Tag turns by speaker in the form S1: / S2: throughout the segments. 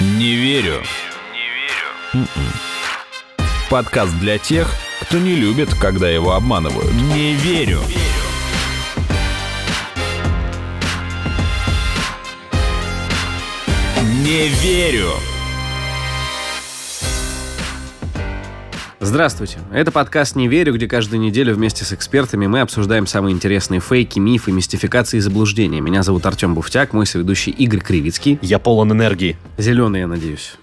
S1: Не верю. Не верю. Подкаст для тех, кто не любит, когда его обманывают. Не верю. Не верю.
S2: Здравствуйте. Это подкаст «Не верю», где каждую неделю вместе с экспертами мы обсуждаем самые интересные фейки, мифы, мистификации и заблуждения. Меня зовут Артем Буфтяк, мой соведущий Игорь Кривицкий.
S3: Я полон энергии.
S2: Зеленый, я надеюсь.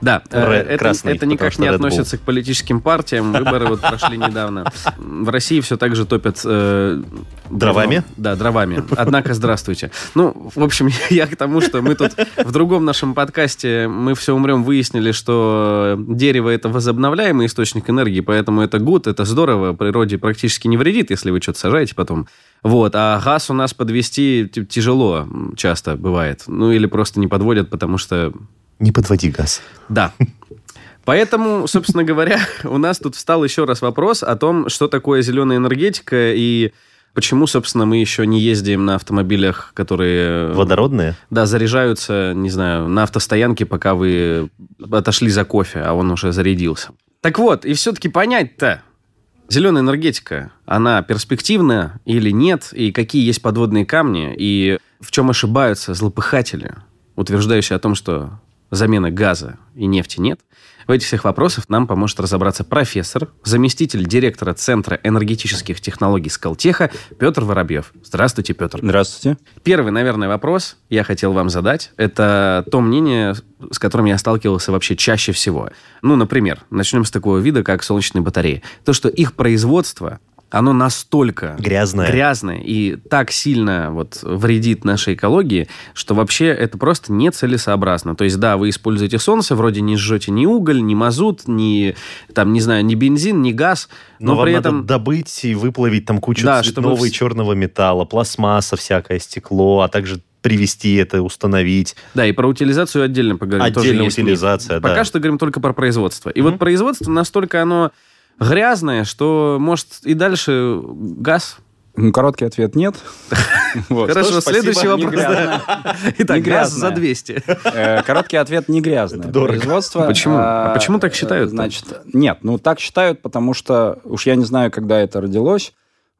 S2: Да, э,
S3: Ре-
S2: это,
S3: красный,
S2: это никак
S3: потому
S2: не
S3: что Red
S2: относится к политическим партиям. Выборы вот прошли недавно. В России все так же топят... э,
S3: Дровами?
S2: говном. Да, дровами. Однако, здравствуйте. Ну, в общем, я к тому, что мы тут в другом нашем подкасте «Мы все умрем» выяснили, что дерево – это возобновляемый источник энергии, поэтому это гуд, это здорово, природе практически не вредит, если вы что-то сажаете потом. Вот, а газ у нас подвести т- тяжело м, часто бывает. Ну, или просто не подводят, потому что
S3: Не подводи газ.
S2: да. Поэтому, собственно говоря, у нас тут встал еще раз вопрос о том, что такое зеленая энергетика и почему, собственно, мы еще не ездим на автомобилях, которые
S3: Водородные?
S2: да, заряжаются, не знаю, на автостоянке, пока вы отошли за кофе, а он уже зарядился. Так вот, и все-таки понять-то, зеленая энергетика, она перспективна или нет, и какие есть подводные камни, и в чем ошибаются злопыхатели, утверждающие о том, что замены газа и нефти нет. В этих всех вопросах нам поможет разобраться профессор, заместитель директора Центра энергетических технологий Скалтеха Петр Воробьев. Здравствуйте, Петр.
S4: Здравствуйте.
S2: Первый, наверное, вопрос я хотел вам задать. Это то мнение, с которым я сталкивался вообще чаще всего. Ну, например, начнем с такого вида, как солнечные батареи. То, что их производство, оно настолько
S3: Грязное.
S2: грязное и так сильно вот вредит нашей экологии, что вообще это просто нецелесообразно. То есть, да, вы используете солнце, вроде не жжете ни уголь, ни мазут, ни, там, не знаю, ни бензин, ни газ,
S3: Но,
S2: но,
S3: вам
S2: при
S3: надо
S2: этом...
S3: добыть и выплавить там кучу
S2: Да,
S3: цветного
S2: чтобы
S3: и
S2: вс-
S3: черного металла, пластмасса всякое, стекло, а также привести это, установить.
S2: Да, и про утилизацию отдельно поговорим. тоже
S3: Отдельная
S2: есть миф.
S3: утилизация, да.
S2: Пока что говорим только про производство. И вот
S3: Мгм.
S2: производство настолько оно грязное, что может и дальше газ.
S4: Ну, короткий ответ нет. Вот.
S2: Хорошо,
S3: что ж, спасибо,
S2: следующий
S3: не
S2: вопрос.
S4: грязно.
S2: Итак,
S4: Не
S2: газ
S4: грязное.
S2: за 200.
S4: Э, Короткий ответ не грязное.
S3: Это дорого.
S4: Производство.
S2: Почему? А
S4: э,
S2: почему так считают-то?
S4: Значит, нет, ну так считают, потому что уж я не знаю, когда это родилось,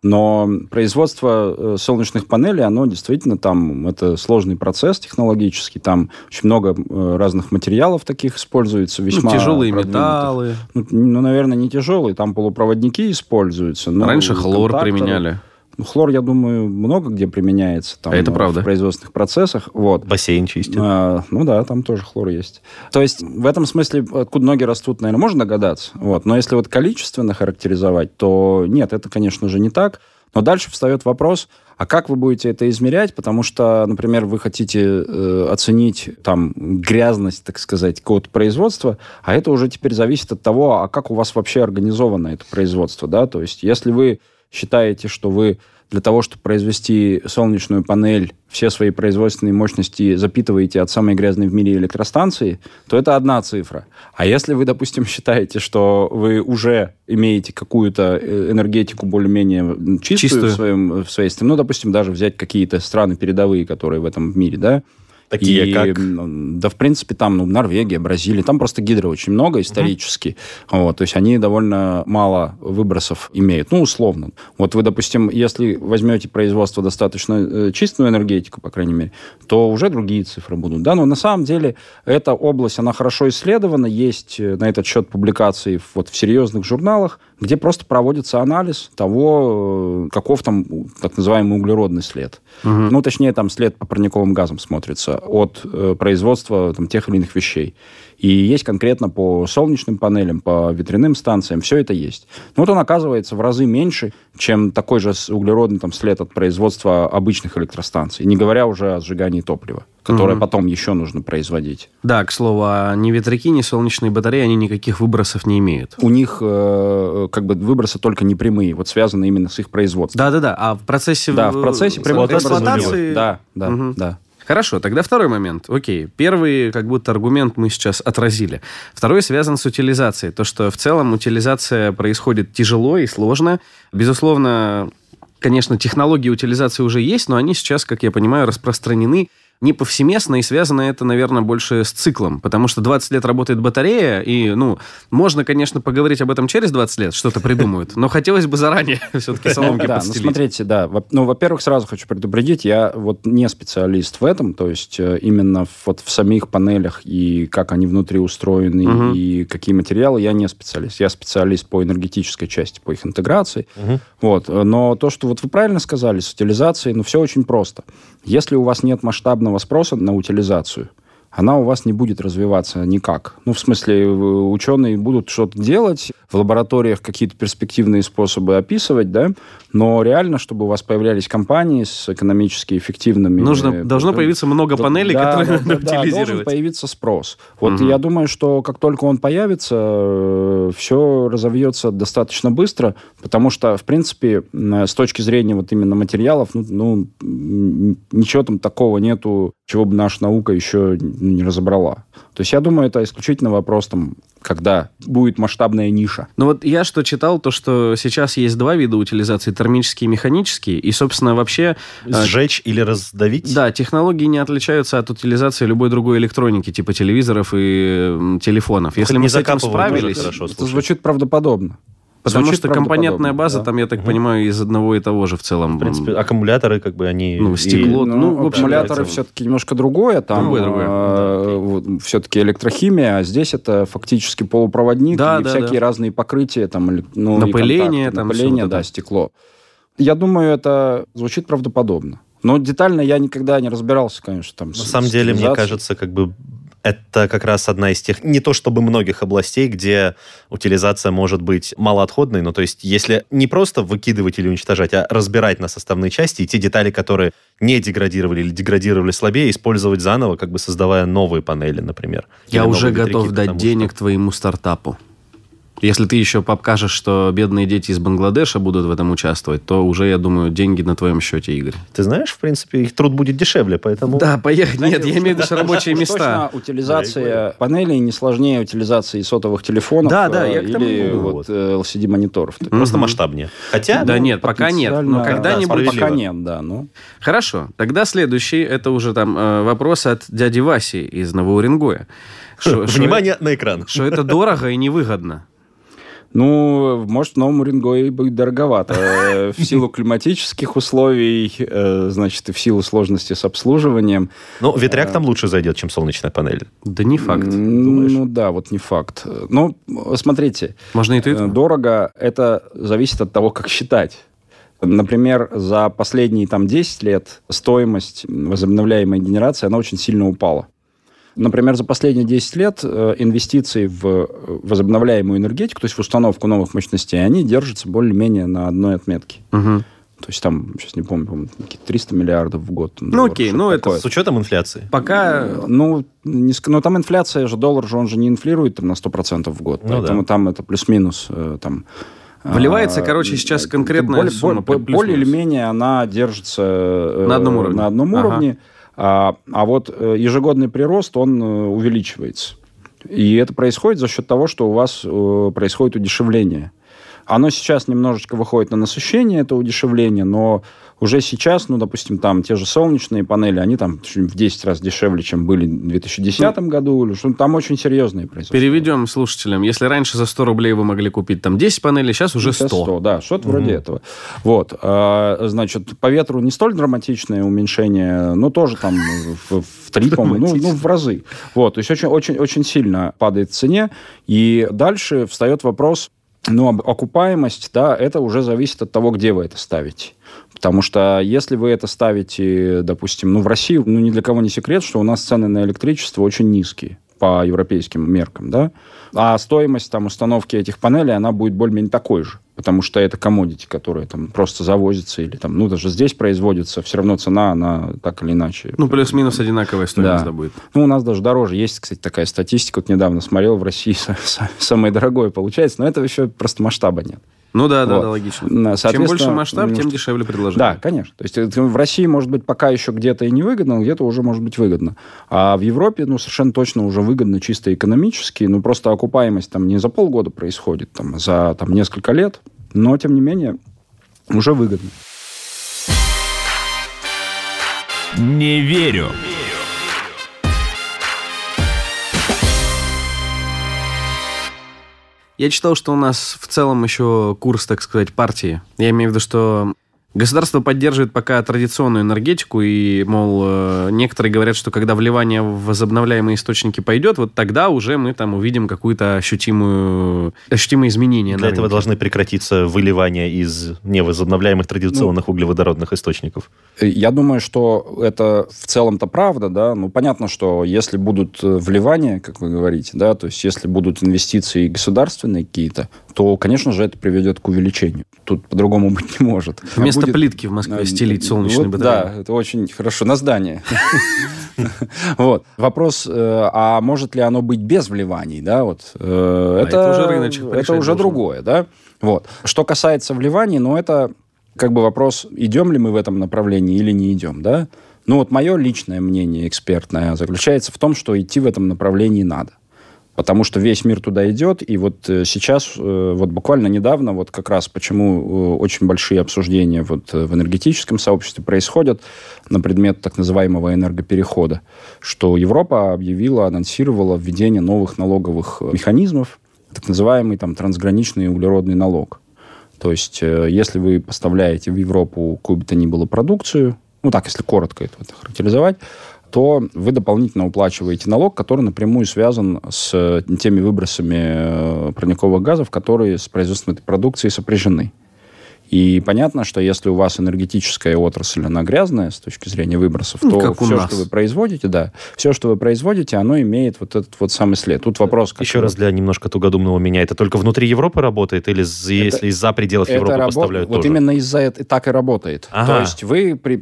S4: но производство э, солнечных панелей, оно действительно там, это сложный процесс технологический, там очень много э, разных материалов таких используется,
S2: Ну,
S4: весьма
S2: тяжелые
S4: продвинутых.
S2: металлы.
S4: Ну, ну, наверное, не тяжелые, там полупроводники используются. ну,
S2: Раньше хлор
S4: контакторы.
S2: применяли.
S4: Ну, хлор, я думаю, много где применяется там,
S2: А это
S4: э,
S2: правда.
S4: в производственных процессах. Вот.
S3: Бассейн чистит.
S4: А, ну да, там тоже хлор есть. То есть в этом смысле, откуда ноги растут, наверное, можно догадаться. Вот. Но если вот количественно характеризовать, то нет, это, конечно же, не так. Но дальше встает вопрос, а как вы будете это измерять? Потому что, например, вы хотите э, оценить там грязность, так сказать, какого-то производства, а это уже теперь зависит от того, а как у вас вообще организовано это производство, да? То есть если вы считаете, что вы для того, чтобы произвести солнечную панель, все свои производственные мощности запитываете от самой грязной в мире электростанции, то это одна цифра. А если вы, допустим, считаете, что вы уже имеете какую-то э, энергетику более-менее м, чистую,
S2: Чистую.
S4: В, своем, в своей стране, ну, допустим, даже взять какие-то страны передовые, которые в этом мире, да,
S3: Такие
S4: и,
S3: как...
S4: м, Да, в принципе, там, ну, Норвегия, Бразилия, там просто гидро очень много исторически. Вот, то есть они довольно мало выбросов имеют, ну, условно. Вот вы, допустим, если возьмете производство достаточно э, чистую энергетику, по крайней мере, то уже другие цифры будут, да. Но на самом деле эта область, она хорошо исследована, есть э, на этот счет публикации в- вот в серьезных журналах, где просто проводится анализ того, э, каков там у- так называемый углеродный след.
S2: Мгм.
S4: Ну, точнее, там след по парниковым газам смотрится от э, производства там, тех или иных вещей. И есть конкретно по солнечным панелям, по ветряным станциям, все это есть. Но вот он оказывается в разы меньше, чем такой же с- углеродный там, след от производства обычных электростанций, не говоря уже о сжигании топлива, которое
S2: Мгм.
S4: потом еще нужно производить.
S2: Да, к слову, а ни ветряки, ни солнечные батареи, они никаких выбросов не имеют.
S4: У них э, как бы выбросы только непрямые, вот связаны именно с их производством.
S2: Да-да-да, а в процессе...
S4: Да,
S2: э,
S4: в процессе прямых
S3: эксплуатации
S2: эксплуатации...
S4: выбросов. Да, да,
S2: Мгм.
S4: да.
S2: Хорошо, тогда второй момент. Окей, первый как будто аргумент мы сейчас отразили. Второй связан с утилизацией. То, что в целом утилизация происходит тяжело и сложно. Безусловно, конечно, технологии утилизации уже есть, но они сейчас, как я понимаю, распространены не повсеместно, и связано это, наверное, больше с циклом, потому что 20 лет работает батарея, и, ну, можно, конечно, поговорить об этом через 20 лет, что-то придумают, но хотелось бы заранее все-таки соломки
S4: Да, ну
S2: подстелить.
S4: смотрите, да. во- Ну, во-первых, сразу хочу предупредить, я вот не специалист в этом, то есть э, именно в- вот в самих панелях и как они внутри устроены
S2: Мгм.
S4: и какие материалы, я не специалист. Я специалист по энергетической части, по их интеграции.
S3: Мгм.
S4: Вот. э, Но то, что вот вы правильно сказали с утилизацией, ну, все очень просто. Если у вас нет масштабного спроса на утилизацию, она у вас не будет развиваться никак. Ну, в смысле, э, ученые будут что-то делать, в лабораториях какие-то перспективные способы описывать, да, но реально, чтобы у вас появлялись компании с экономически эффективными... э,
S2: Нужно, должно
S4: э,
S2: появиться много
S4: да,
S2: панелей,
S4: да,
S2: которые
S4: да,
S2: надо
S4: да, должен
S2: утилизировать.
S4: появиться спрос. Вот
S2: Мгм.
S4: я думаю, что как только он появится, все разовьется достаточно быстро, потому что, в принципе, м, с точки зрения вот именно материалов, ну, ну, м, ничего там такого нету, чего бы наша наука еще не разобрала. То есть я думаю, это исключительно вопрос там, когда будет масштабная ниша.
S2: Ну вот я что читал, то что сейчас есть два вида утилизации, термические и механические, и, собственно, вообще... э,
S3: Сжечь или раздавить?
S2: Да, технологии не отличаются от утилизации любой другой электроники, типа телевизоров и м, телефонов. Если
S3: Хоть
S2: мы
S3: не
S2: с этим
S3: закапывают, может,
S2: справились,
S3: хорошо,
S4: это
S3: слушай.
S4: звучит правдоподобно.
S2: потому
S4: Звучит
S2: что компонентная
S4: правдоподобно,
S2: база
S4: да.
S2: там, я так
S3: Мгм.
S2: понимаю, из одного и того же в целом.
S3: В принципе, а аккумуляторы, как бы, они...
S2: Ну,
S3: и-
S2: стекло. Вот, ну,
S4: Ну,
S2: в общем,
S4: аккумуляторы
S3: да,
S4: все-таки немножко другое. Там
S2: Другое, другое.
S4: все-таки электрохимия, а здесь это фактически полупроводник
S2: Да,
S4: и
S2: да,
S4: всякие разные покрытия. Там, или- ну, и
S2: Напыление,
S4: контакты.
S2: там всё
S4: Напыление,
S2: вот это.
S4: да, стекло. Я думаю, это звучит правдоподобно. Но детально я никогда не разбирался, конечно, там.
S3: На самом деле, мне кажется, как бы это как раз одна из тех, не то чтобы многих областей, где утилизация может быть малоотходной, но то есть если не просто выкидывать или уничтожать, а разбирать на составные части и те детали, которые не деградировали или деградировали слабее, использовать заново, как бы создавая новые панели, например.
S2: я
S3: Или
S2: уже
S3: новые
S2: готов
S3: ветряки,
S2: дать
S3: потому
S2: денег твоему стартапу. Если ты еще покажешь, что бедные дети из Бангладеша будут в этом участвовать, то уже, я думаю, деньги на твоем счете, Игорь.
S3: что- Ты знаешь, в принципе, их труд будет дешевле, поэтому...
S2: Да, поехали. Нет, я имею в виду что рабочие
S4: Уж
S2: места.
S4: Точно
S3: Да, я
S4: утилизация панелей не сложнее утилизации сотовых телефонов
S2: Да, да,
S4: э,
S2: я к тому
S4: или
S3: веду.
S4: вот, э, LCD-мониторов.
S3: Просто
S2: Мгм.
S3: масштабнее. Хотя... ну,
S2: Да нет, пока нет, но
S4: Ну, Потенциально,
S2: когда-нибудь-
S4: да, Пока нет, да. Ну,
S2: Хорошо. Тогда следующий, это уже там э, вопрос от дяди Васи из Новоуренгоя.
S4: Хм,
S2: Шо- шо-
S3: Внимание на экран.
S2: Что это дорого и невыгодно.
S4: Ну, может, новому Рингой будет дороговато. Э, В силу климатических условий, э, значит, и в силу сложности с обслуживанием.
S3: Ну, ветряк там лучше зайдет, чем солнечная панель.
S2: Да не факт.
S4: М, Ну да, вот не факт. Ну, смотрите,
S2: Можно и ты.
S4: э, дорого это зависит от того, как считать. Например, за последние там 10 лет стоимость возобновляемой генерации, она очень сильно упала. Например, за последние 10 лет э, инвестиции в э, возобновляемую энергетику, то есть в установку новых мощностей, они держатся более-менее на одной отметке.
S2: Мгм.
S4: То есть там, сейчас не помню, по-моему, какие-то 300 миллиардов в год. там,
S2: Ну,
S4: долларов,
S2: окей,
S4: что-то
S2: ну, это
S4: такое.
S3: С учетом инфляции.
S2: Пока...
S4: Ну, не ск- ну, там инфляция же, доллар же, он же не инфлирует там на 100% в год.
S3: Ну
S4: поэтому
S3: да.
S4: там это плюс-минус э, там... а,
S2: Вливается, короче, сейчас
S4: э,
S2: конкретная
S4: более,
S2: сумма,
S4: более-
S2: плюс-минус.
S4: более или менее она держится э,
S2: На одном уровне.
S4: на одном
S2: Ага.
S4: уровне, а, а вот э, ежегодный прирост, он э, увеличивается. И это происходит за счет того, что у вас э, происходит удешевление. Оно сейчас немножечко выходит на насыщение, это удешевление, но уже сейчас, ну, допустим, там те же солнечные панели, они там чуть в 10 раз дешевле, чем были в 2010 году, или что там очень серьезные произошли.
S2: Переведем слушателям. Если раньше за 100 рублей вы могли купить там 10 панелей, сейчас уже 100.
S4: Сейчас да, что-то
S3: Мгм.
S4: вроде этого. Вот, а, значит, по ветру не столь драматичное уменьшение, но тоже там в, в три, по-моему, ну, ну, в разы. Вот, то есть очень, очень, очень сильно падает в цене, и дальше встает вопрос, ну, об- окупаемость, да, это уже зависит от того, где вы это ставите. Потому что если вы это ставите, допустим, ну, в России, ну, ни для кого не секрет, что у нас цены на электричество очень низкие по европейским меркам, да, а стоимость там установки этих панелей, она будет более-менее такой же, потому что это комодити, которые там просто завозятся или там, ну, даже здесь производится, все равно цена, она так или иначе.
S2: Ну, плюс-минус одинаковая стоимость
S4: Да.
S2: да. будет.
S4: Ну, у нас даже дороже. Есть, кстати, такая статистика. Вот недавно смотрел, в России са- са- самое дорогое получается, но это еще просто масштаба нет.
S2: Ну да, да,
S4: Вот.
S2: да, логично.
S4: На-
S2: Чем
S4: соответственно,
S2: больше масштаб, тем
S4: немножко-
S2: дешевле предложение.
S4: Да, конечно. То есть это в России, может быть, пока еще где-то и не выгодно, но где-то уже может быть выгодно. А в Европе, ну, совершенно точно уже выгодно чисто экономически. Ну, просто окупаемость там не за полгода происходит, там, а за там, несколько лет. Но, тем не менее, уже выгодно.
S1: Не верю.
S2: Я читал, что у нас в целом еще курс, так сказать, партии. Я имею в виду, что государство поддерживает пока традиционную энергетику, и, мол, э, некоторые говорят, что когда вливание в возобновляемые источники пойдет, вот тогда уже мы там увидим какую-то ощутимую, ощутимые изменения.
S3: Для этого должны прекратиться выливания из невозобновляемых традиционных углеводородных источников.
S4: Э, Я думаю, что это в целом-то правда, да. Ну, понятно, что если будут э, вливания, как вы говорите, да, то есть если будут инвестиции государственные какие-то, то, конечно же, это приведет к увеличению. Тут по-другому быть не может. А
S2: Вместо будет... плитки в Москве а, стелить солнечные
S4: ну вот,
S2: батареи.
S4: Да, это очень хорошо. На здание. Вот. Вопрос, а может ли оно быть без вливаний, да? Вот. Э, Это
S2: А уже рыночек
S4: Это уже другое, да? Вот. Что касается вливаний, ну, это как бы вопрос, идем ли мы в этом направлении или не идем, да? Ну, вот мое личное мнение экспертное заключается в том, что идти в этом направлении надо. Потому что весь мир туда идет, и вот э, сейчас, вот буквально недавно, вот как раз почему э, очень большие обсуждения вот э, в энергетическом сообществе происходят на предмет так называемого энергоперехода, что Европа объявила, анонсировала введение новых налоговых э, механизмов, так называемый там трансграничный углеродный налог. То есть, э, если вы поставляете в Европу какую бы то ни было продукцию, ну так, если коротко это вот характеризовать, то вы дополнительно уплачиваете налог, который напрямую связан с э, теми выбросами э, парниковых газов, которые с производством этой продукции сопряжены. И понятно, что если у вас энергетическая отрасль, она грязная с точки зрения выбросов,
S2: Ну,
S4: то
S2: как у
S4: все,
S2: нас.
S4: что вы производите, да, все, что вы производите, оно имеет вот этот вот самый след. Тут вопрос... как
S3: Еще
S4: его-
S3: раз для немножко тугодумного меня. Это только внутри Европы работает или за- если за пределов
S4: Это
S3: Европы
S4: рабо-
S3: поставляют
S4: Вот
S3: тоже?
S4: именно из-за этого так и работает.
S3: Ага.
S4: То есть вы при-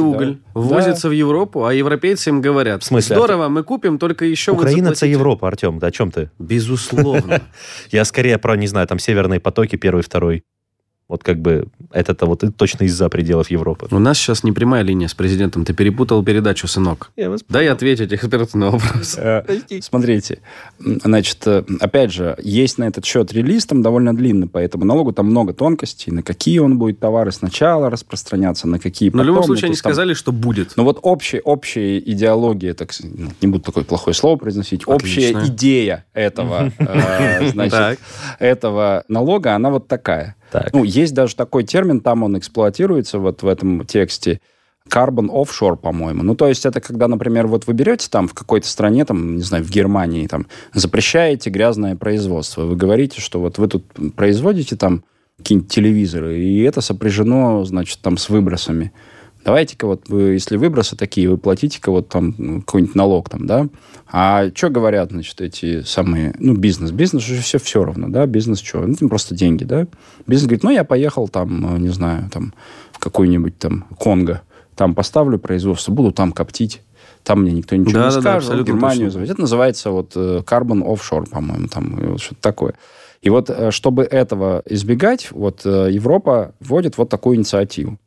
S4: приходите, да.
S2: уголь
S4: Да.
S2: ввозится в Европу, а европейцы им говорят,
S3: В смысле?
S2: здорово, мы купим, только еще вот
S3: Украина это
S2: заплатите».
S3: Европа, Артем, да о чем ты?
S2: Безусловно.
S3: Я скорее про, не знаю, там северные потоки, первый, второй. Вот как бы это-то вот точно из-за пределов Европы.
S2: У нас сейчас непрямая линия с президентом. Ты перепутал передачу, сынок.
S3: Я вас-
S2: Дай ответить эксперту на вопрос.
S4: Э, Смотрите, м, значит, э, опять же, есть на этот счет релиз, там довольно длинный, поэтому налогу там много тонкостей, на какие он будет товары сначала распространяться, на какие
S2: Но
S4: потом.
S2: в любом
S4: ну,
S2: случае
S4: то
S2: они
S4: есть там-
S2: сказали, что будет.
S4: Ну вот общая, общая идеология, так с- ну, не буду такое плохое слово произносить, общая
S2: Отлично.
S4: идея этого, э,
S2: Так.
S4: значит, этого налога, она вот такая.
S3: Так.
S4: Ну, есть даже такой термин, там он эксплуатируется вот в этом тексте, Carbon offshore, по-моему. Ну, то есть это когда, например, вот вы берете там в какой-то стране, там, не знаю, в Германии, там, запрещаете грязное производство. Вы говорите, что вот вы тут производите там какие-нибудь телевизоры, и это сопряжено, значит, там с выбросами. Давайте-ка вот вы, если выбросы такие, вы платите-ка вот там ну, какой-нибудь налог там, да? А что говорят, значит, эти самые, ну, бизнес. Бизнес же все все равно, да? Бизнес что? Ну, просто деньги, да? Бизнес говорит, ну, я поехал там, э, не знаю, там, в какую-нибудь там Конго, там поставлю производство, буду там коптить. Там мне никто ничего не
S2: Да-да-да,
S4: скажет, в
S2: абсолютно
S4: Германию
S2: точно.
S4: завозить. Это называется вот э, Carbon Offshore, по-моему, там э, вот что-то такое. И вот, э, чтобы этого избегать, вот э, Европа вводит вот такую инициативу.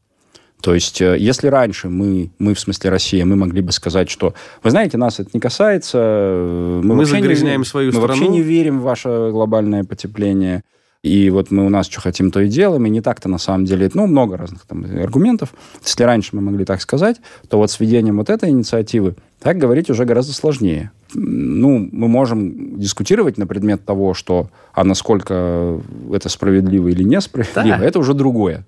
S4: То есть, э, если раньше мы, мы в смысле Россия, мы могли бы сказать, что, вы знаете, нас это не касается, э, мы,
S2: Мы
S4: вообще не-
S2: загрязняем свою
S4: мы вообще
S2: страну».
S4: не верим в ваше глобальное потепление, и вот мы у нас что хотим, то и делаем, и не так-то на самом деле, ну, много разных там аргументов. Если раньше мы могли так сказать, то вот с введением вот этой инициативы так говорить уже гораздо сложнее. М, Ну, мы можем дискутировать на предмет того, что, а насколько это справедливо или несправедливо, это уже другое.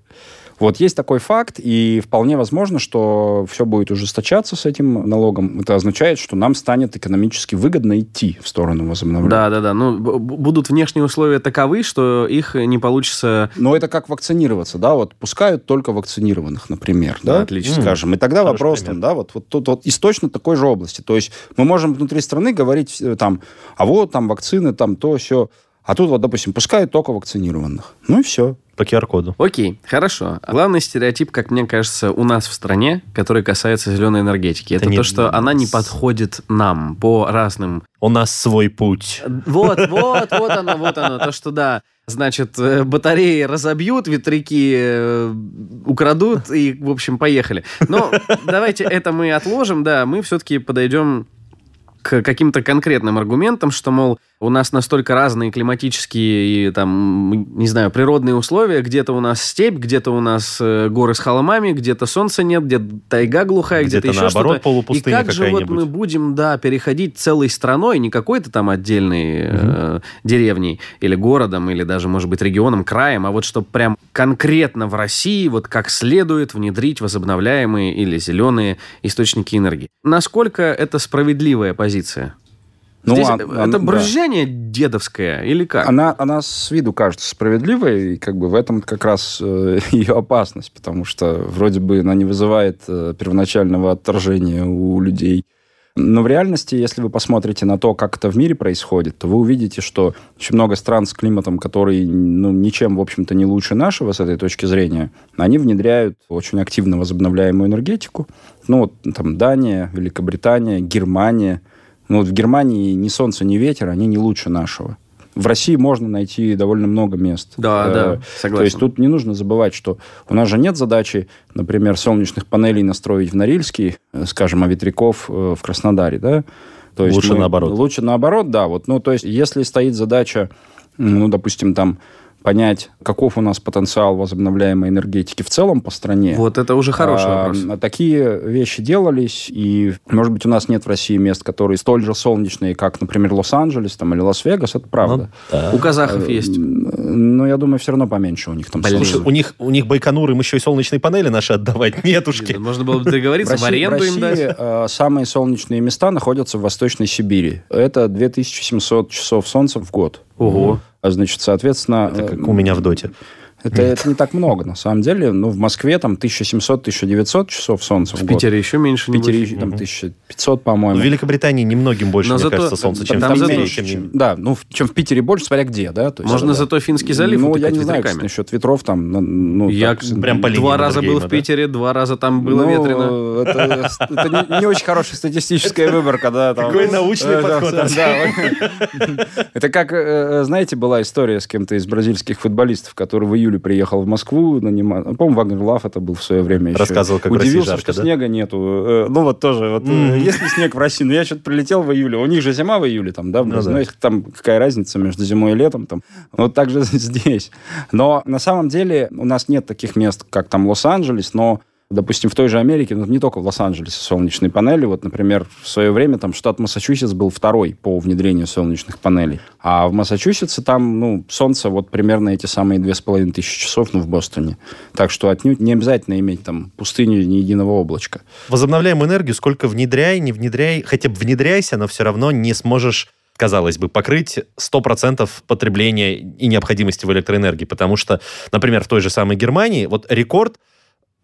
S4: Вот есть такой факт, и вполне возможно, что все будет ужесточаться с этим налогом. Это означает, что нам станет экономически выгодно идти в сторону возобновления.
S2: Да, да, да. Ну, б- б- будут внешние условия таковы, что их не получится.
S4: Но это как вакцинироваться, да, вот пускают только вакцинированных, например, да,
S2: Да, отлично.
S4: скажем. И тогда
S3: Хороший
S4: вопрос
S3: пример.
S4: там, да, вот, вот тут вот из точно такой же области. То есть мы можем внутри страны говорить э, там, а вот там вакцины, там то, все. А тут вот, допустим, пускают только вакцинированных. Ну и все.
S3: По QR-коду.
S2: Окей, хорошо. Главный стереотип, как мне кажется, у нас в стране, который касается зеленой энергетики, это,
S3: Это не
S2: то, что
S3: нас.
S2: она не подходит нам по разным.
S3: У нас свой путь.
S2: Вот, вот, вот оно, вот оно. То, что да, значит, э, батареи разобьют, ветряки э, украдут и, в общем, поехали. Но давайте это мы отложим, да, мы все-таки подойдем к к каким-то конкретным аргументам, что, мол, у нас настолько разные климатические и, там, не знаю, природные условия, где-то у нас степь, где-то у нас э, горы с холмами, где-то солнца нет, где-то тайга глухая, где-то,
S3: Где-то,
S2: еще
S3: наоборот,
S2: что-то.
S3: полупустыня
S2: И как же вот мы
S3: какая-нибудь.
S2: будем, да, переходить целой страной, не какой-то там отдельной э, деревней или городом, или даже, может быть, регионом, краем, а вот чтобы прям конкретно в России вот как следует внедрить возобновляемые или зеленые источники энергии. Насколько это справедливая позиция?
S4: Ну,
S2: Здесь
S4: а-
S2: это
S4: а, да.
S2: брюзжание дедовское или как?
S4: Она, она с виду кажется справедливой, и как бы в этом как раз э, ее опасность, потому что вроде бы она не вызывает э, первоначального отторжения у людей. Но в реальности, если вы посмотрите на то, как это в мире происходит, то вы увидите, что очень много стран с климатом, которые ну, ничем, в общем-то, не лучше нашего с этой точки зрения, они внедряют очень активно возобновляемую энергетику. Ну, вот там Дания, Великобритания, Германия. Ну, вот в Германии ни солнце, ни ветер, они не лучше нашего. В России можно найти довольно много мест.
S2: Да,
S4: Э,
S2: да, согласен.
S4: То есть тут не нужно забывать, что у нас же нет задачи, например, солнечных панелей настроить в Норильске, э, скажем, а ветряков э, в Краснодаре, да? То
S3: Лучше наоборот.
S4: Лучше наоборот, да. Вот, ну, то есть, если стоит задача, м, ну, допустим, там понять, каков у нас потенциал возобновляемой энергетики в целом по стране.
S2: Вот это уже Ну, хороший
S4: А,
S2: вопрос.
S4: а Такие вещи делались, и, может быть, у нас нет в России мест, которые столь же солнечные, как, например, Лос-Анджелес там, или Лас-Вегас, это правда. Э,
S2: У казахов Ну, есть.
S4: М, Но я думаю, все равно поменьше у них там
S2: Блин.
S4: солнца.
S3: Ну, У них, у них Байконур, им еще и солнечные панели наши отдавать, нетушки.
S2: Можно было бы договориться, в
S4: России-
S2: аренду им
S4: в России,
S2: дать.
S4: э, самые солнечные места находятся в Восточной Сибири. Это 2700 часов солнца в год.
S2: Ого.
S4: А значит, соответственно...
S3: Это как
S4: э,
S3: у меня в доте.
S4: Это, это не так много, на самом деле. Ну, в Москве там 1700-1900 часов солнца в,
S2: В
S4: год.
S2: Питере еще меньше.
S4: В
S2: не
S4: Питере
S2: будет.
S4: там 1500, по-моему.
S3: В Великобритании немногим больше,
S2: Но
S3: мне
S2: зато-
S3: кажется, солнца, Ну, чем
S2: там
S3: в
S2: зато-
S3: Питере.
S4: меньше,
S3: тем не
S4: чем-
S3: менее.
S4: да, ну, в- чем в Питере больше, смотря где, да? то есть-
S2: Можно
S4: да.
S2: зато Финский залив
S4: Ну, я
S2: утыкать
S4: не знаю,
S2: ветряками.
S4: кстати, насчет ветров там. ну, Ну,
S2: Я
S4: так,
S3: прям по линии
S2: два раза был
S3: Маннергейма,
S2: в
S3: да?
S2: Питере, два раза там было
S4: ну,
S2: ветрено.
S4: Это, это не, не очень хорошая статистическая выборка, да. там.
S3: Какой научный
S4: Э, да,
S3: подход,
S4: да,
S3: а?
S4: да. Это как, э, э, знаете, была история с кем-то из бразильских футболистов, который в июле приехал в Москву нанима- ну, По-моему, Вагнер Лав это был в свое время еще.
S3: Рассказывал, как в России
S4: Удивился,
S3: жарко,
S4: что
S3: да?
S4: снега нету. Э, Ну, вот тоже. вот, э, Есть ли снег в России? Ну, я что-то прилетел в июле. У них же зима в июле там, да? в
S3: Ну,
S4: Бразилии.
S3: да.
S4: Ну, их там какая разница между зимой и летом там. ну, Вот так же здесь. Но на самом деле у нас нет таких мест, как там Лос-Анджелес, но Допустим, в той же Америке, ну, не только в Лос-Анджелесе солнечные панели. Вот, например, в свое время там штат Массачусетс был второй по внедрению солнечных панелей. А в Массачусетсе там, ну, солнце вот примерно эти самые две с половиной тысячи часов, ну, в Бостоне. Так что отнюдь не обязательно иметь там пустыню и ни единого облачка.
S3: Возобновляемую энергию сколько внедряй, не внедряй, хотя бы внедряйся, но все равно не сможешь казалось бы, покрыть 100% потребления и необходимости в электроэнергии. Потому что, например, в той же самой Германии, вот рекорд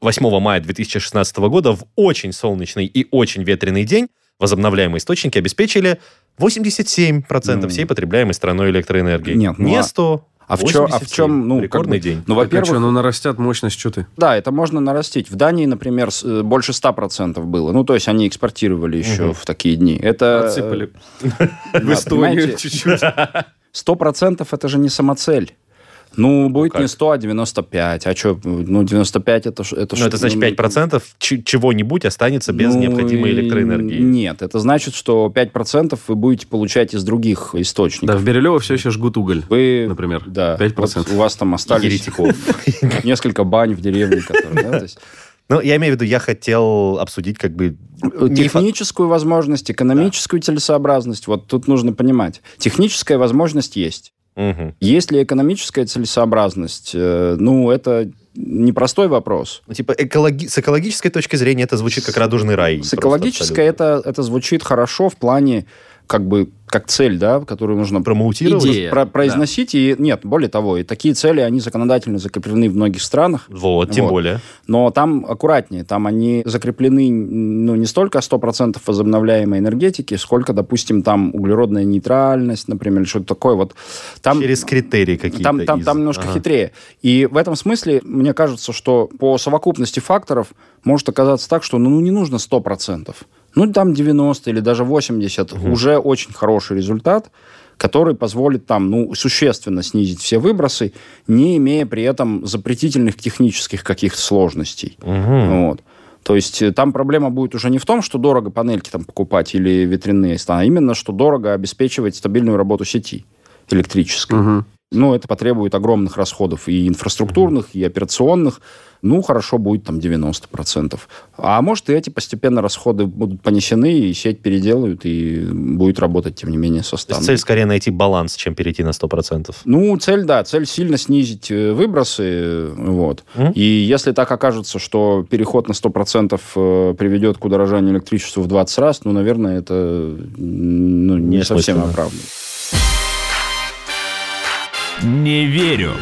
S3: 8 мая 2016 года в очень солнечный и очень ветреный день возобновляемые источники обеспечили 87%
S4: Ну.
S3: всей потребляемой страной электроэнергии.
S4: Нет, ну
S3: не
S4: а-
S3: 100,
S4: А в, чё- а в
S3: 87.
S4: чем, ну, как
S3: Рекордный
S4: бы-
S3: день.
S4: Ну, во-первых,
S2: ну нарастят мощность, что ты?
S4: Да, это можно нарастить. В Дании, например, с- э, больше 100% было. Ну, то есть они экспортировали еще в такие дни. Это...
S2: Отсыпали.
S4: э, да,
S2: В Эстонию
S4: понимаете,
S2: чуть-чуть.
S4: 100% это же не самоцель. Ну, будет не
S3: как?
S4: 100, а 95. А что, ну, 95 это... ж- это
S3: Ну, это значит 5% ч- чего-нибудь останется
S4: Ну,
S3: без необходимой электроэнергии.
S4: Нет, это значит, что 5% вы будете получать из других источников.
S2: Да, в Бирюлево все еще жгут уголь.
S4: Вы,
S3: Ну,
S2: Например,
S4: да,
S2: 5%.
S4: вот у вас там остались
S3: Еретиков.
S4: несколько бань в деревне, которые, да, то есть
S3: Ну, я имею в виду, я хотел обсудить как бы...
S4: Э,
S3: не фа-
S4: Техническую возможность, экономическую целесообразность, вот тут нужно понимать. Техническая возможность есть.
S3: Мгм.
S4: Есть ли экономическая целесообразность? Э, Ну, это непростой вопрос.
S3: Ну, типа, экологи- с экологической точки зрения это звучит как радужный рай.
S4: С
S3: просто
S4: экологической
S3: абсолютно.
S4: это, это звучит хорошо в плане как бы как цель, да, которую нужно
S3: Промоутировать?
S2: Идея.
S4: про- произносить. И нет, более того, и такие цели, они законодательно закреплены в многих странах.
S3: Вот, тем
S4: Вот.
S3: более.
S4: Но там аккуратнее, там они закреплены ну, не столько 100% возобновляемой энергетики, сколько, допустим, там углеродная нейтральность, например, или что-то такое. Вот там,
S3: Через критерии какие-то.
S4: там, там,
S3: из-
S4: там немножко
S3: Ага.
S4: хитрее. И в этом смысле, мне кажется, что по совокупности факторов может оказаться так, что ну, не нужно 100%. Ну, там 90 или даже 80 уже очень хороший результат, который позволит там, ну, существенно снизить все выбросы, не имея при этом запретительных технических каких-то сложностей.
S3: Мгм.
S4: Вот. То есть э, там проблема будет уже не в том, что дорого панельки там покупать или ветряные, а именно, что дорого обеспечивать стабильную работу сети электрической.
S2: Мгм.
S4: Ну, это потребует огромных расходов и инфраструктурных, и операционных. Ну, хорошо, будет там 90%. А может, и эти постепенно расходы будут понесены, и сеть переделают, и будет работать, тем не менее, со
S3: То есть
S4: стандартом.
S3: цель скорее найти баланс, чем перейти на 100%.
S4: Ну, цель, да, цель сильно снизить э, выбросы, э, вот.
S3: Мгм.
S4: И если так окажется, что переход на 100% э, приведет к удорожанию электричества в 20 раз, ну, наверное, это м, ну, не совсем
S3: Несмысленно.
S4: оправданно.
S1: Не верю.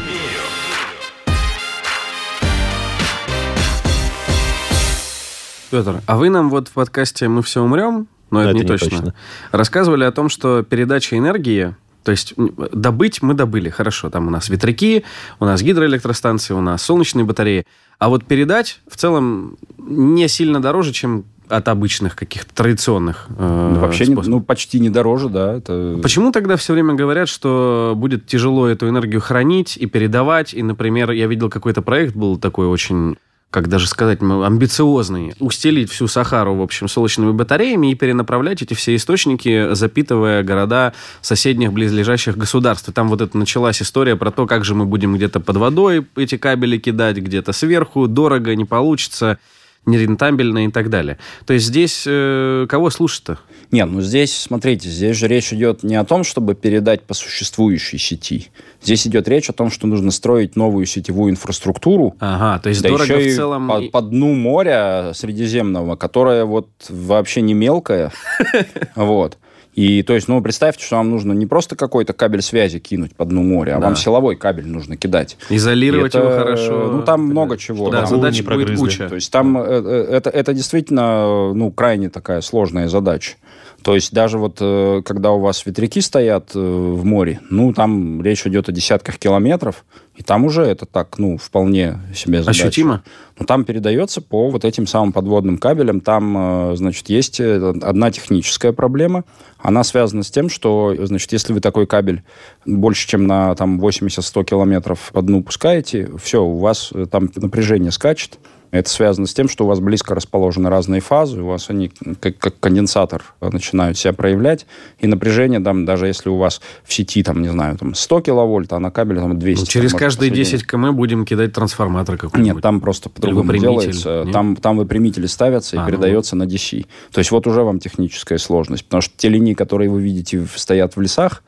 S2: Петр, а вы нам вот в подкасте «Мы все умрем», но, это, не, точно, рассказывали о том, что передача энергии, то есть м, добыть мы добыли, хорошо, там у нас ветряки, у нас гидроэлектростанции, у нас солнечные батареи, а вот передать в целом не сильно дороже, чем от обычных каких-то традиционных э,
S4: Ну, вообще, не-
S2: способов.
S4: ну, почти не дороже, да. Это...
S2: Почему тогда все время говорят, что будет тяжело эту энергию хранить и передавать? И, например, я видел какой-то проект был такой очень как даже сказать, ну, амбициозный. Устелить всю Сахару, в общем, солнечными батареями и перенаправлять эти все источники, запитывая города соседних близлежащих государств. И там вот это началась история про то, как же мы будем где-то под водой эти кабели кидать, где-то сверху, дорого, не получится, нерентабельно и так далее. То есть здесь э, кого слушать-то?
S4: Не, ну здесь, смотрите, здесь же речь идет не о том, чтобы передать по существующей сети. Здесь идет речь о том, что нужно строить новую сетевую инфраструктуру,
S2: Ага, то есть
S4: Да
S2: дорого
S4: еще
S2: в
S4: и
S2: целом...
S4: По, по дну моря Средиземного, которое вот вообще не мелкое. Вот. И то есть, ну, представьте, что вам нужно не просто какой-то кабель связи кинуть по дну моря, а
S2: Да.
S4: вам силовой кабель нужно кидать. И
S2: Изолировать
S4: это,
S2: его хорошо.
S4: Ну, там много чего.
S2: Да,
S4: там.
S3: Чтобы
S2: задач
S3: не
S2: будет
S3: прогрызли.
S2: куча.
S4: То есть там э, э, это, это действительно э, ну, крайне такая сложная задача. То есть даже вот э, когда у вас ветряки стоят э, в море, ну там речь идет о десятках километров, и там уже это так, ну, вполне себе задача.
S2: Ощутимо?
S4: Ну, там передается по вот этим самым подводным кабелям. Там, э, значит, есть э, одна техническая проблема. Она связана с тем, что, значит, если вы такой кабель больше, чем на там 80-100 километров по дну пускаете, все, у вас э, там напряжение скачет. Это связано с тем, что у вас близко расположены разные фазы, у вас они как, как конденсатор э, начинают себя проявлять, и напряжение там, даже если у вас в сети, там, не знаю, там 100 киловольт, а на кабеле там 200.
S2: Ну, через
S4: там, может,
S2: каждые
S4: по сравнению.
S2: 10 км будем кидать трансформатор какой-нибудь.
S4: Нет, там просто по-другому
S2: выпрямитель,
S4: делается.
S2: нет?
S4: Там, там выпрямители ставятся и
S2: А, ну
S4: передается на DC. То есть вот уже вам техническая сложность. Потому что те линии, которые вы видите, в- стоят в лесах,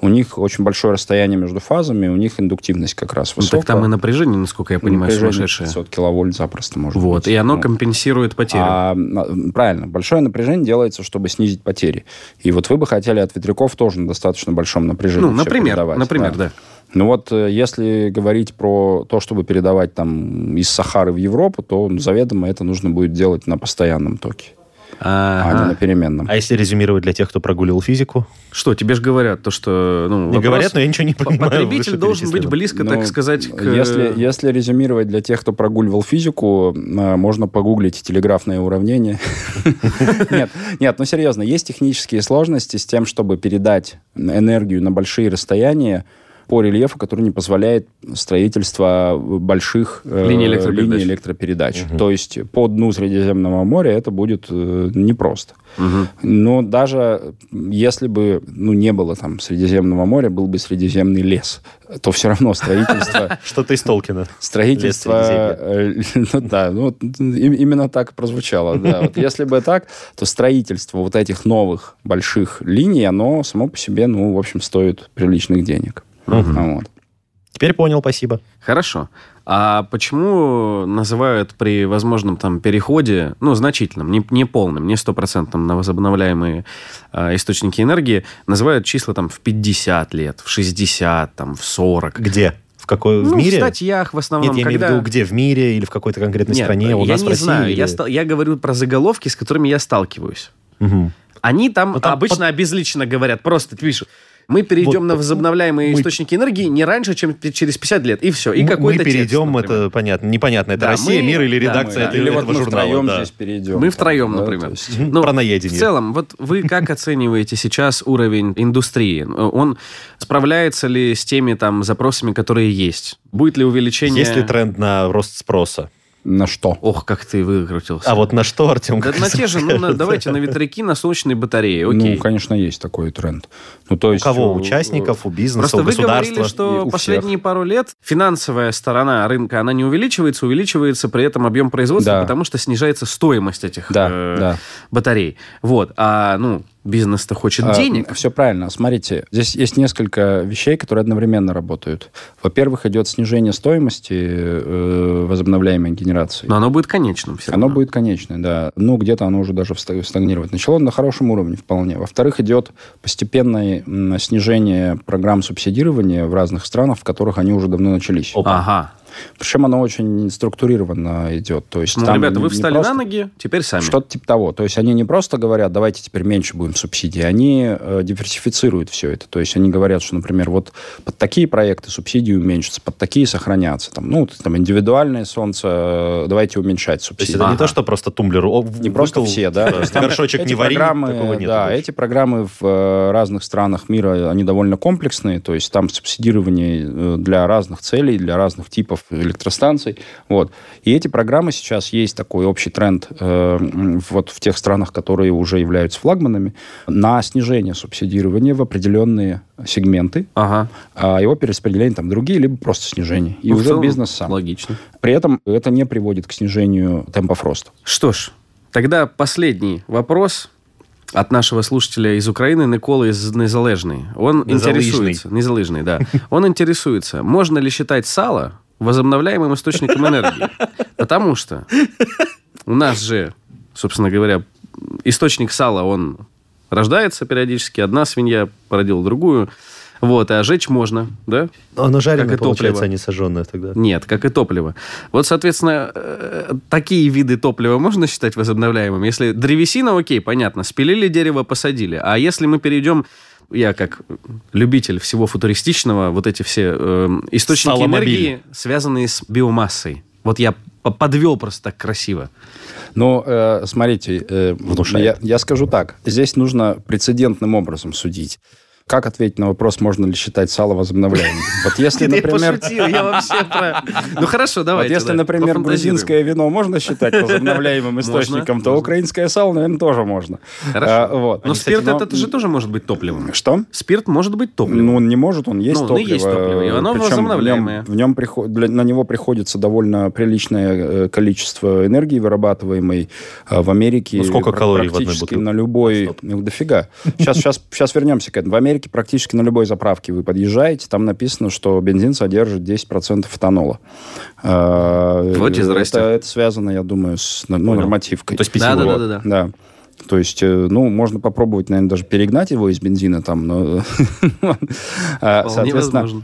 S4: у них очень большое расстояние между фазами, у них индуктивность как раз
S2: Ну,
S4: высокая.
S2: так там и напряжение, насколько я понимаю,
S4: Напряжение
S2: сумасшедшее.
S4: 500 киловольт запросто может
S2: Вот,
S4: быть.
S2: и оно
S4: Ну,
S2: компенсирует потерю.
S4: а, на- правильно, большое напряжение делается, чтобы снизить потери. И вот вы бы хотели от ветряков тоже на достаточно большом напряжении.
S2: ну,
S4: всё
S2: например,
S4: передавать,
S2: например, да.
S4: ну вот, э, если говорить про то, чтобы передавать там из Сахары в Европу, то ну, заведомо это нужно будет делать на постоянном токе, а не
S2: Ага.
S4: на переменном.
S3: А если резюмировать для тех, кто прогулил физику?
S2: Что, тебе же говорят то, что... Ну,
S3: Не
S2: вопрос-
S3: говорят, но я ничего не
S2: П-
S3: понимаю.
S2: Потребитель должен быть
S3: вышеперечисленном.
S2: близко,
S4: Ну,
S2: так сказать, к... э,
S4: Если, если резюмировать для тех, кто прогуливал физику, э, можно погуглить телеграфное уравнение. Нет, нет, ну серьезно, есть технические сложности с тем, чтобы передать энергию на большие расстояния по рельефу, который не позволяет строительство больших э,
S2: Линий электропередач.
S4: линий электропередач. То есть по дну Средиземного моря это будет э, непросто.
S2: Мгм.
S4: Но даже если бы ну, не было там Средиземного моря, был бы Средиземный лес, то все равно строительство...
S3: Что-то из Толкина.
S4: Строительство... э, ну да, ну, вот, и- именно так и прозвучало. Да. Вот если бы так, то строительство вот этих новых больших линий, оно само по себе, ну, в общем, стоит приличных денег. Ну Вот.
S3: Теперь понял, спасибо.
S2: Хорошо. А почему называют при возможном там переходе, ну, значительном, не, не полном, не стопроцентном на возобновляемые а, источники энергии, называют числа там в 50 лет, в 60, там, в 40?
S3: Где? В какой?
S2: ну,
S3: в мире?
S2: в статьях в основном,
S3: Нет, я
S2: когда...
S3: имею в виду, где? В мире или в какой-то конкретной
S2: Нет,
S3: стране? У
S2: я
S3: нас в
S2: не
S3: России
S2: знаю,
S3: или-
S2: я, стал- я говорю про заголовки, с которыми я сталкиваюсь.
S3: Мгм.
S2: Они там,
S3: Ну, там
S2: обычно обезлично говорят, просто пишут. Мы перейдем
S3: Вот,
S2: на
S3: ну,
S2: возобновляемые
S3: мы-
S2: источники энергии не раньше, чем пи- через 50 лет. И все. И
S3: Мы-
S2: какой-то
S3: мы
S2: текст,
S3: перейдем,
S2: например.
S3: это понятно, непонятно, это
S2: Да,
S3: Россия,
S2: мы-
S3: мир или
S2: да,
S3: редакция
S2: мы, да.
S3: этого,
S4: Или вот мы
S3: журнала.
S4: втроем
S3: да.
S4: здесь перейдем.
S2: Мы втроем,
S4: Да,
S2: например.
S4: то есть-
S2: Ну,
S3: про наедение.
S2: В целом, вот вы как оцениваете сейчас уровень индустрии? Он справляется ли с теми там запросами, которые есть? Будет ли увеличение?
S3: Есть ли тренд на рост спроса?
S4: На что?
S2: Ох, как ты выкрутился.
S3: А вот на что, Артем?
S2: Да
S3: как
S2: на те же, ну, на-
S3: скажет?
S2: давайте на ветряки, на солнечные батареи, окей.
S4: Ну, конечно, есть такой тренд. Ну, то
S3: У
S4: есть,
S3: кого? У
S4: э,
S3: участников, у бизнеса,
S2: Просто
S3: у
S2: вы
S3: государства?
S2: говорили, что
S4: и у
S2: последние пару лет финансовая сторона рынка, она не увеличивается, увеличивается при этом объем производства,
S4: Да.
S2: потому что снижается стоимость этих
S4: Да,
S2: э,
S4: да.
S2: батарей. Вот. А, ну, бизнес-то хочет
S4: А,
S2: денег.
S4: Все правильно. Смотрите, здесь есть несколько вещей, которые одновременно работают. Во-первых, идет снижение стоимости э, возобновляемой генерации.
S2: Но оно будет конечным все
S4: Оно
S2: равно.
S4: будет конечное, да. Ну, где-то оно уже даже вста- стагнировать начало на хорошем уровне вполне. Во-вторых, идет постепенное м, снижение программ субсидирования в разных странах, в которых они уже давно начались.
S3: Опа.
S2: Ага.
S4: Причем оно очень структурированно идет. То есть
S2: Ну,
S4: там
S2: ребята, вы
S4: не
S2: встали
S4: просто-
S2: на ноги, теперь сами.
S4: Что-то типа того. То есть они не просто говорят, давайте теперь меньше будем субсидий, они э, диверсифицируют все это. То есть они говорят, что, например, вот под такие проекты субсидии уменьшатся, под такие сохранятся. Там, ну, там индивидуальное солнце, э, давайте уменьшать
S3: То есть
S4: субсидии.
S3: это не
S2: Ага.
S3: то, что просто тумблер... о,
S4: Не просто
S3: выкл,
S4: все, да.
S3: э,
S4: То есть там
S3: Горшочек
S4: эти
S3: не вари,
S4: программы,
S3: такого нет.
S4: Да,
S3: больше.
S4: эти программы в э, разных странах мира, они довольно комплексные, то есть там субсидирование э, для разных целей, для разных типов электростанций. Вот. И эти программы сейчас есть такой общий тренд э, м, вот в тех странах, которые уже являются флагманами, на снижение субсидирования в определенные сегменты,
S2: Ага.
S4: а его перераспределение там в другие, либо просто снижение. И
S2: Ну, в
S4: уже
S2: целом,
S4: бизнес сам.
S2: Логично.
S4: При этом это не приводит к снижению темпов роста.
S2: Что ж, тогда последний вопрос от нашего слушателя из Украины, Николы из Незалежной. Он
S3: Незалежный.
S2: интересуется... Незалежный, да. Он интересуется, можно ли считать сало возобновляемым источником энергии? Потому что у нас же, собственно говоря, источник сала, он рождается периодически, одна свинья породила другую. Вот, а жечь можно, да?
S3: Но Оно жареное,
S2: топливо.
S3: получается, а не сожженное тогда.
S2: Нет, как и топливо. Вот, соответственно, э, такие виды топлива можно считать возобновляемыми? Если древесина, окей, понятно, спилили дерево, посадили. А если мы перейдем, я как любитель всего футуристичного, вот эти все э, источники
S3: Саломобиль.
S2: энергии, связанные с биомассой. Вот я п- подвел просто так красиво.
S4: Ну, э, смотрите, э, я,
S3: Внушает.
S4: я скажу так. Здесь нужно прецедентным образом судить. Как ответить на вопрос, можно ли считать сало возобновляемым? Вот если,
S2: Нет, я
S4: например,
S2: пошутил, я вообще про... Ну хорошо,
S4: вот
S2: давайте.
S4: если,
S2: да,
S4: например,
S2: пофантазируем.
S4: грузинское вино можно считать возобновляемым источником, то
S2: можно.
S4: украинское сало, наверное, тоже можно.
S2: Хорошо.
S4: А, вот.
S2: Но
S4: Они, кстати,
S2: спирт
S4: но-
S2: это же тоже может быть топливом.
S4: Что?
S2: Спирт может быть топливом.
S4: Ну, он не может, он есть
S2: Ну, он и
S4: топливо.
S2: есть топливо, и оно
S4: Причем в нем-
S2: возобновляемое.
S4: В нем, приход- для- на него приходится довольно приличное э, количество энергии, вырабатываемой э, в Америке.
S3: Ну, сколько
S4: пр-
S3: калорий в одной
S4: практически
S3: бутылке?
S4: на любой... Ну, дофига. Сейчас, сейчас, сейчас вернемся к этому. В Америке практически на любой заправке вы подъезжаете, там написано, что бензин содержит 10% этанола. Э,
S2: Вот и здрасте.
S4: это, это связано, я думаю, с ну, нормативкой.
S3: То есть
S2: Да, да, да,
S3: питьевое.
S2: да, да.
S4: Да. То есть, э, ну, можно попробовать, наверное, даже перегнать его из бензина там, но... А,
S2: Вполне
S4: Соответственно,
S2: возможно.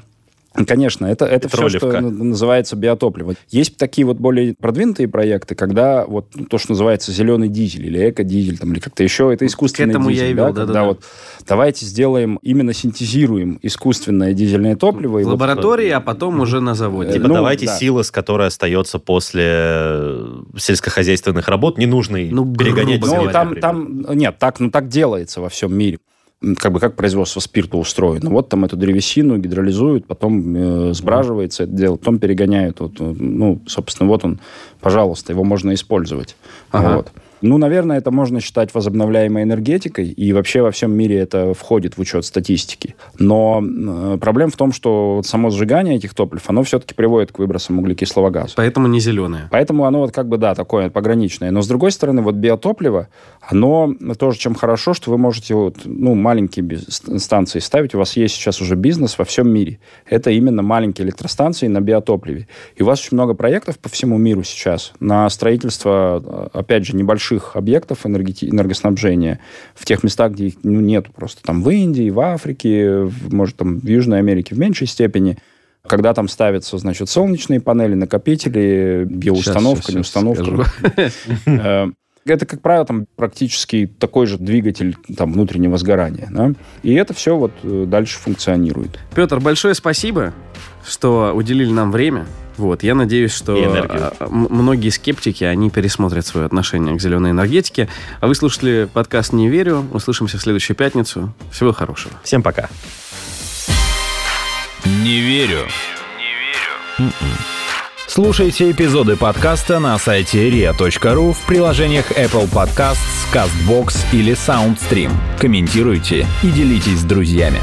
S4: Конечно, это, это все, что
S3: Петролевка.
S4: н- называется биотопливо. Есть такие вот более продвинутые проекты, когда вот ну, то, что называется зеленый дизель или эко-дизель, там, или как-то еще, это искусственный
S2: этому я
S4: дизель.
S2: и
S4: да,
S2: вел,
S4: когда
S2: да-да-да.
S4: вот давайте сделаем, именно синтезируем искусственное дизельное топливо. и
S2: В
S4: вот-
S2: лаборатории, а потом уже на заводе.
S3: Типа
S4: Ну,
S3: давайте
S4: да.
S3: силос, которая остается после э, сельскохозяйственных работ, не нужно и
S2: Ну, грубо
S3: перегонять.
S2: говоря.
S3: землю,
S4: Ну, там,
S3: например.
S4: там, нет, так, ну, так делается во всем мире. М, Как бы как производство спирта устроено. Вот там эту древесину гидролизуют, потом э, сбраживается это дело, потом перегоняют. Вот, э, ну, собственно, вот он, пожалуйста, его можно использовать.
S2: Ага.
S4: Вот. Ну, наверное, это можно считать возобновляемой энергетикой, и вообще во всем мире это входит в учет статистики. Но м, э, проблема в том, что вот само сжигание этих топлив, оно все-таки приводит к выбросам углекислого газа.
S2: Поэтому не зеленая.
S4: Поэтому оно вот как бы, да, такое пограничное. Но с другой стороны, вот биотопливо, оно тоже чем хорошо, что вы можете вот, ну, маленькие би- ст- станции ставить. У вас есть сейчас уже бизнес во всем мире. Это именно маленькие электростанции на биотопливе. И у вас очень много проектов по всему миру сейчас на строительство, э, опять же, небольших объектов энергети- энергоснабжения в тех местах, где их ну, нет просто. Там в Индии, в Африке, в- может, там в Южной Америке в меньшей степени. Когда там ставятся, значит, солнечные панели, накопители, биоустановка,
S2: Щас, щас,
S4: неустановка.
S2: щас скажу.
S4: Э, Это, как правило, там практически такой же двигатель там, внутреннего сгорания. да. И это все вот э, дальше функционирует.
S2: Петр, большое спасибо, что уделили нам время. Вот, я надеюсь, что
S3: И энергию.
S2: а, м- многие скептики, они пересмотрят свое отношение к зеленой энергетике. А вы слушали подкаст «Не верю». Услышимся в следующую пятницу. Всего хорошего.
S3: Всем пока.
S1: Не верю. М-м. Слушайте эпизоды подкаста на сайте ria.ru в приложениях Apple Podcasts, CastBox или SoundStream. Комментируйте и делитесь с друзьями.